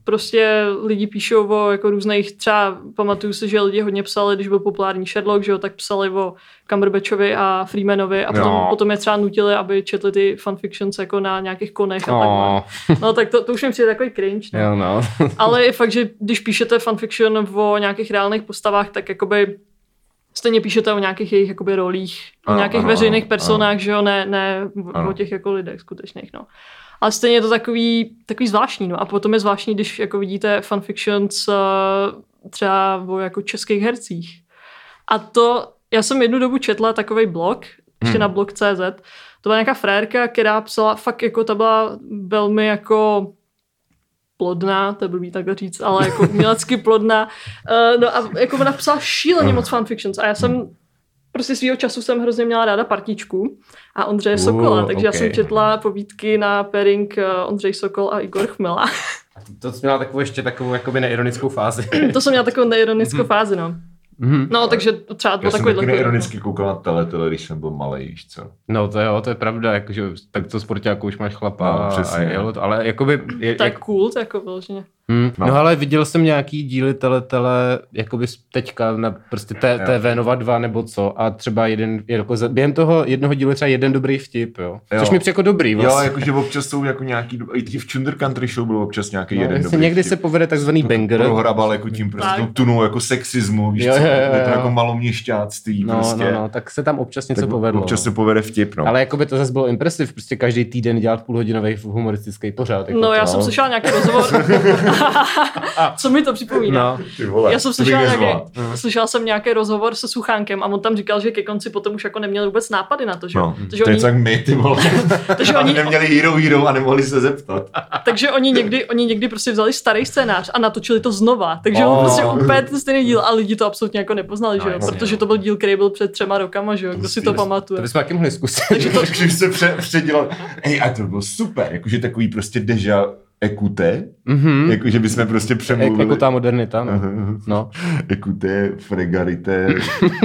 prostě lidi píšou o jako různých, třeba pamatuju si, že lidi hodně psali, když byl populární Sherlock, že jo, tak psali o Cumberbatchovi a Freemanovi a potom, No. potom je třeba nutili, aby četli ty fanfictions jako na nějakých konech a No, takhle. No tak to, to už mi přijde takový cringe. No. jo, no. Ale je fakt, že když píšete fanfiction o nějakých reálných postavách, tak jakoby stejně píšete o nějakých jejich jakoby rolích, o Ano, nějakých ano, veřejných ano, personách, že jo, ne, ne o- Ano. o těch jako lidech skutečných, no. Ale stejně je to takový, takový zvláštní, no. A potom je zvláštní, když jako vidíte fanfictions eh, třeba o jako českých hercích. A to, já jsem jednu dobu četla takový blog, Hmm. ještě na blog.cz, to byla nějaká frérka, která psala, fakt jako ta byla velmi jako plodná, to je blbý takhle říct, ale jako umělecky plodná. Eh, No a jako ona psala šíleně moc fanfictions a já jsem prostě svýho času jsem hrozně měla ráda partičku a Ondřeje Uh, Sokola, takže já ok. jsem četla povídky na pairing eh, Ondřej Sokol a Igor Chmela. To jsi měla takovou ještě takovou jakoby neironickou fázi. to jsem měla takovou neironickou Mhm. fázi, no. No, takže třeba Já to jsem taky takový ironicky koukal na teletele, když jsem byl malý, víš co. No to jo, to je pravda, jakože tak to sportáku už máš chlapa, No, no, přesně. a jo, to- ale jakoby... Je, Tak Jak, cool, to jako vyloženě. hm, no. no. no ale viděl jsem nějaký díly teletele, jakoby z- teďka na prostě T, Jo. TV Nova 2 nebo co, a třeba jeden, je jako za, během toho jednoho dílu je třeba jeden dobrý vtip, jo. Jo. jo. Což mi přijde jako dobrý Jo, vlastně. jakože občas jsou jako nějaký, do- i v Chunder Country Show byl občas nějaký no, jeden jestli dobrý někdy vtip. No, se povede takzvaný banger. prohrabal jako tím prostě Tak. tou tunou jako sexismu, víš Jo, co, jo, jo, je to jo. jako maloměšťáctví No, prostě. no, no, tak se tam občas něco Tak povedlo. Občas no. se povede vtip, no. Ale jakoby to zase bylo impresiv, prostě každý týden dělat půlhodinový humoristický pořád. Jako No, to, já jsem slyšela nějaký rozhovor. Co mi to připomíná? No. Ty vole, Já jsem to bych slyšela nějaký, nezvládl. slyšela jsem nějaký rozhovor se Suchánkem a on tam říkal, že ke konci potom už jako neměl vůbec nápady na to, že, No, takže, to oni, je něco jak my, ty vole. takže, Oni oni, neměli hero hero a nemohli se zeptat. takže oni, někdy, oni někdy prostě vzali starý scénář a natočili to znova, takže Oh. oh. prostě úplně ten stejný díl a lidi to absolutně jako nepoznali, No, že jo, jasně, protože no. to byl díl, který byl před třema rokama, že jo, kdo si to Prostě, To pamatuje. bychom taky mohli zkusit. Takže to, Když se pře- předělal. Ej, a to bylo super, jakože takový prostě deja ekute, Mhm. jakože bychom prostě Jak, přemluvili. jako ta modernita, no. Aha. no. Ekute, fregarité,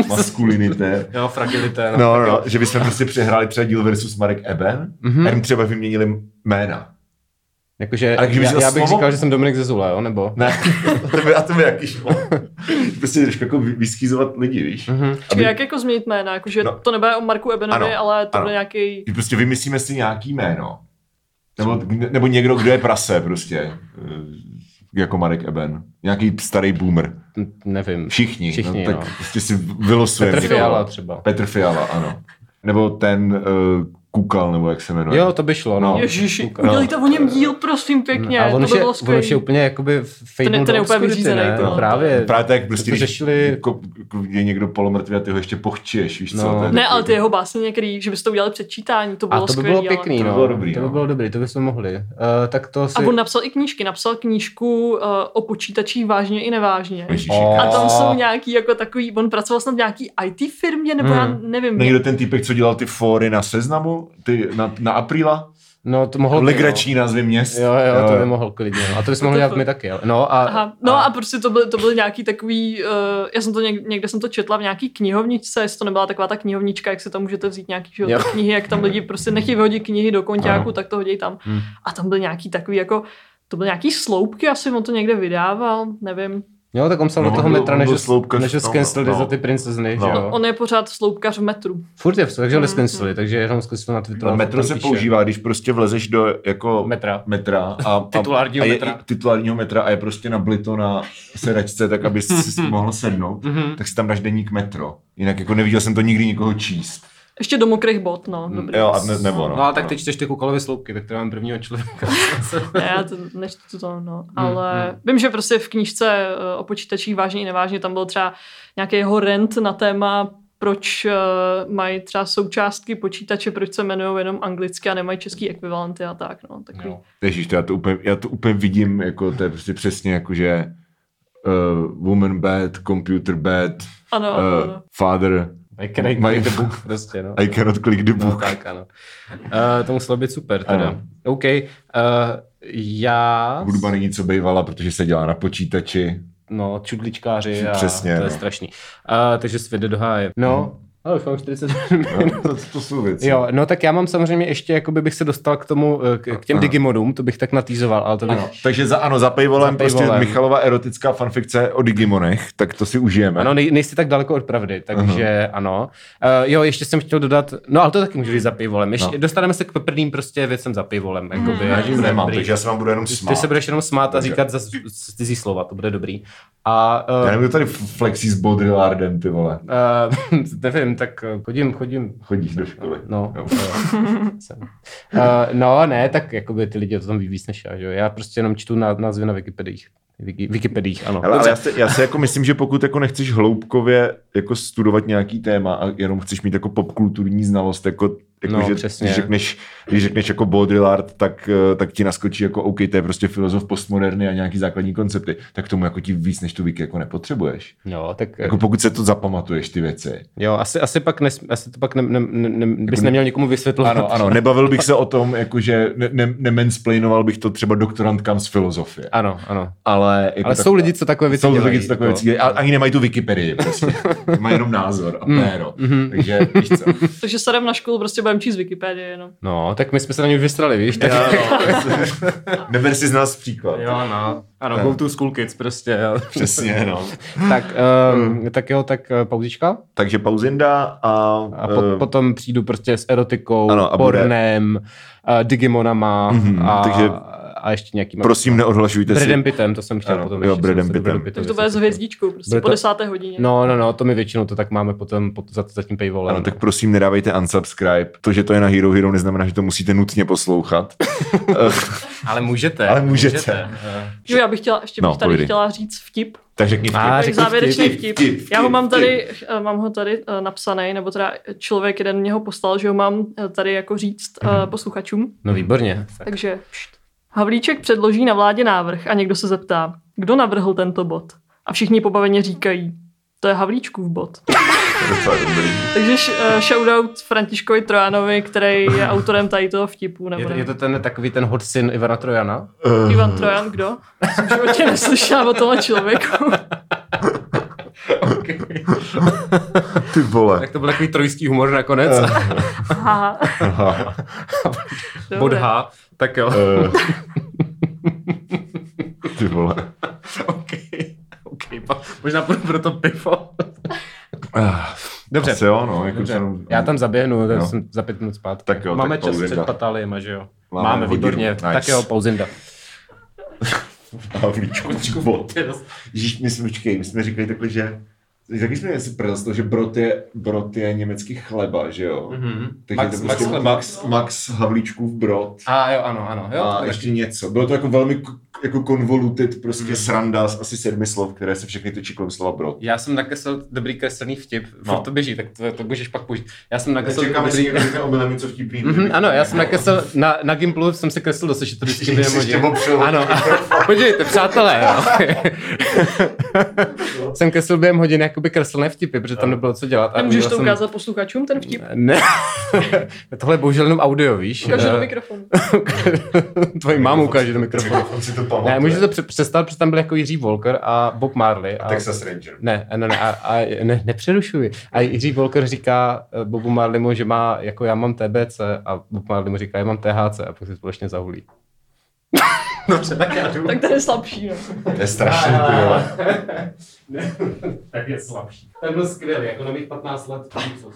maskulinité. Jo, fragilité. No, no, no, že bychom prostě přehráli třeba díl versus Marek Eben Mhm. a jim třeba vyměnili jména. Jakože, Ale kdyby já, vzal já, bych slovo? říkal, že jsem Dominik Zezula, jo, nebo? Ne, to by, a to by jaký šlo. Prostě trošku jako vy- vyschýzovat lidi, víš? Mhm. Aby... Aby- Jak jako změnit jména, jakože No. no. to nebude o Marku Ebenovi, Ano, ano. ale to ano. bude nějaký... Že Prostě vymyslíme si nějaký jméno. Nebo, nebo někdo, kdo je prase prostě. Eh, Jako Marek Eben. Nějaký starý boomer. N- Nevím. Všichni. Všichni, no, tak no. prostě si vylosujeme. Petr někoho. Fiala třeba. Petr Fiala, ano. Nebo ten uh, Kukal, nebo jak se jmenuje. Jo, to by šlo, no. No. Ježiši, Kukal. udělejte o něm díl, prosím, pěkně, A on to už by je, bylo on už je skvělé. úplně jakoby Ten fade je- ten je úplně vyřízený, ne? to- No, to- právě. Právě tak prostě, to když řešili- jako, jako je někdo polomrtvý a ty ho ještě pochčíš, víš co? No. to je Ne, takový- ale ty jeho básně některý, že byste udělali předčítání, to A bylo to by skvělé. bylo pěkný, to by no. bylo dobrý, to by no. bylo dobrý, to bychom mohli. Uh, tak to si... A on napsal i knížky, napsal knížku uh, o počítačích vážně i nevážně. Ježíši, O. A tam jsou A- nějaký jako takový, on pracoval snad v nějaký IT firmě, nebo Hmm. já nevím. Někdo ten týpek, co dělal ty fóry na seznamu, ty na, na apríla, No, to mohlo... legrační názvy měst. Jo, jo, jo, to by mohl klidně. no. A to bychom mohli dělat my taky, jo. No a... Aha. No a prostě to byl, to byl nějaký takový, uh, já jsem to něk, někde jsem to četla v nějaký knihovničce, jestli to nebyla taková ta knihovnička, jak se tam můžete vzít nějaký že, Jo. jo. ty knihy, jak tam lidi prostě nechtějí vyhodit knihy do konťáku, Ano. tak to hodí tam. Hmm. A tam byl nějaký takový jako, to byl nějaký sloupky, asi on to někde vydával, nevím. Jo, tak on psal No, do toho on byl- metra, on než, byl sloupkař než ho v tom, skenslili no. za ty princezny, No. že jo. On je pořád sloupkař v metru. Furt je v takže ho Mm, neskensili, takže jenom zkusil na Twitteru. Ale a metro tam se píše. používá, když prostě vlezeš do jako Metra. metra a, a, Titulárního a je, metra. i titulárního metra a je prostě nablito na sedačce, tak aby si si mohl sednout, Mhm. tak si tam dáš deník metro. Jinak jako neviděl jsem to nikdy nikoho číst. Ještě do mokrých bot, no. Dobrý. Jo, a ne, nebo no. No a tak teď čteš ty kukalovy sloupky, tak tady mám prvního člověka. Ne, já to nečtu to, no. Ale hmm. vím, že prostě v knížce eh, o počítačích vážně i nevážně tam byl třeba nějaký jeho rent na téma, proč eh, mají třeba součástky počítače, proč se jmenují jenom anglicky a nemají český ekvivalenty a tak, no. Takový. Jo. Ježíš, to já to úplně, já to úplně vidím, jako to je prostě přesně jako, že uh, woman bad, computer bad, Ano, ano, uh, ano. father, I can I Mají- the book, prostě, no. I cannot click the No, book. tak, ano. Uh, to muselo být super, teda. Ano. OK. Uh, já... Hudba není co bývala, protože se dělá na počítači. No, čudličkáři a Přesně, to je no. Mhm. strašný. Uh, takže svět jde do háje. No, ale už mám 40 No, to, to jsou věci. Jo, no tak já mám samozřejmě ještě, jakoby bych se dostal k tomu, eh, k, k těm Ano. Digimodům, to bych tak natýzoval, ale to bych... Ano. Takže za, ano, za paywallem, Za prostě paywallem. Michalova erotická fanfikce o Digimonech, tak to si užijeme. Ano, nej, nejste tak daleko od pravdy, takže Aha. ano. Uh, jo, ještě jsem chtěl dodat, no ale to taky může být za pivolem. Ještě, No. no. Dostaneme se k peprným prostě věcem za pivolem. Jakoby, já až nic bude nemám, dobrý. takže já se vám budu jenom Ty- smát. Ty se budeš jenom smát a Takže- říkat za cizí slova, to bude dobrý. A Já uh, nebudu tady flexí s Baudrillardem, ty vole. uh, nevím, tak eh, chodím, chodím. Chodíš do školy. No, Jo. eh, jsem. uh, no, ne, tak jakoby ty lidi o tom ví víc než já, že jo? Já prostě jenom čtu na, názvy na Wikipediích. Wiki, Wikipediích, ano. Ale, ale já, se, já se jako myslím, že pokud jako nechceš hloubkově jako studovat nějaký téma a jenom chceš mít jako popkulturní znalost, jako, jako No, že přesně. když řekneš, když řekneš jako Baudrillard, tak, eh, tak ti naskočí jako OK, to je prostě filozof postmoderny a nějaký základní koncepty, tak tomu jako ti víc než tu wiki jako nepotřebuješ. No, tak Jako pokud se to zapamatuješ ty věci. Jo, asi, asi, pak nes, asi to pak ne, ne, ne, ne, bys neměl někomu vysvětlovat. Jako Ano, ano, nebavil bych se o tom, jakože ne, ne, nemansplainoval bych to třeba doktorantkám z filozofie. Ano, ano. Ale, jako Ale jsou lidi, co takové věci Jsou dělají, lidi, co takové jako. věci dělají. A- Ani nemají tu Wikipedii, prostě. mají jenom názor a Hmm. péro. Mhm. Takže víš co. Takže se jdem na školu, prostě budeme číst Wikipedii jenom. No, tak my jsme se na ně už vystrali, víš? Tak... Já, no. Neber si z nás příklad. no. Ano, go to school kids prostě, jo. Přesně, no. tak, um, tak jo, tak eh, pauzička. Takže pauzinda a... A po, eh, potom přijdu prostě s erotikou, ano, ano, a bude- pornem, bude... Digimonama Mhm, a, takže- a, a ještě nějaký... Prosím, neodhlašujte si. Bredem Pittem, to jsem chtěl Ano, potom. jo, ještě, Bradem jsem se do Bradu Pittem. Pitta Tak to bude s vysvětlil. hvězdičkou, prostě Bude po to- desáté hodině. No, no, no, to my většinou to tak máme potom, pot, za, za tím paywallem. Ano, tak prosím, nedávejte unsubscribe. To, že to je na Hero Hero, neznamená, že to musíte nutně poslouchat. Ale můžete. Ale můžete. Eh, Jo, já bych chtěla, ještě bych No, tady povídej. chtěla říct vtip. tak řekni vtip. A Tak řekni závěrečný vtip. vtip. vtip, vtip, Já ho mám vtip. tady, eh, mám ho tady eh, napsaný, nebo teda člověk jeden mě ho poslal, že ho mám eh, tady jako říct eh, posluchačům. No výborně. Tak. Takže pšt. Havlíček předloží na vládě návrh a někdo se zeptá, kdo navrhl tento bod? A všichni pobaveně říkají, to je Havlíčkův bod. Docela dobrý. Takže š- eh, shoutout Františkovi Trojanovi, který je autorem tady toho vtipu. Nebo Je, to- ne. je to ten takový ten hot syn Ivana Trojana? Ivan Trojan, kdo? Jsem v životě neslyšela o tomhle člověku. Ty vole. Tak to byl takový trojský humor nakonec. Haha. Aha. Dobré. Bod H. Tak jo. Eh. Ty vole. OK. OK. pa- Možná půjdu pro to pivo. Ah, Dobře. Asi jo, no. Jako Dobře. Třeba... Já tam zaběhnu, tak Jo. jsem za pět minut zpátky. Tak jo, Máme tak čas pauzinda. před pataliema, že jo? Máme Máme, hodinu. výborně. Nice. Tak jo, pauzinda. Havlíčku bod. Ježíš, my jsme, počkej, my jsme říkali takhle, že Taky jsme si prdl z toho, že brot je, brot je německý chleba, že jo? Mhm. Takže Max- to Max prostě chleba. Max, Max Havlíčkův brot. A jo, ano, ano. Jo, a tak- ještě něco. Bylo to jako velmi k- jako convoluted prostě Mhm. sranda z asi sedmi slov, které se všechny točí kolem slova brot. Já jsem nakreslil dobrý kreslený vtip, No. no. to běží, tak to, to můžeš pak použít. Já jsem nakreslil Čekáme si dobrý... někdo řekne omylem něco vtipný. Mhm, ano, já jsem nakreslil, na, na Gimplu jsem se kreslil do sešitu vždycky Jsi dvě ještě hodiny. opřel. Ano, a podívejte, přátelé, jo. jsem kreslil během hodiny jakoby kreslené vtipy, protože tam nebylo co dělat. a Nemůžeš udělal to jsem- ukázat posluchačům, ten vtip? Ne, tohle je bohužel jenom audio, víš. Ukážu do Eh, mikrofonu. Tvoji mámu ukáže do mikrofonu. On si to Ne, pamatuje. můžu to pře- přestat, protože tam byl jako Jiří Volker a Bob Marley. A, Texas Ranger. Ne, ne, ne, a, a ne, nepřerušuji. A Jiří Volker říká eh, Bobu Marlimu, že má, jako já mám TBC a Bob Marley mu říká, já mám THC a pak se společně zahulí. Dobře, tak já jdu. Tak ten je slabší. No. To je strašný, ty vole. tak je slabší. Ten byl skvělý, jako na mých 15 let.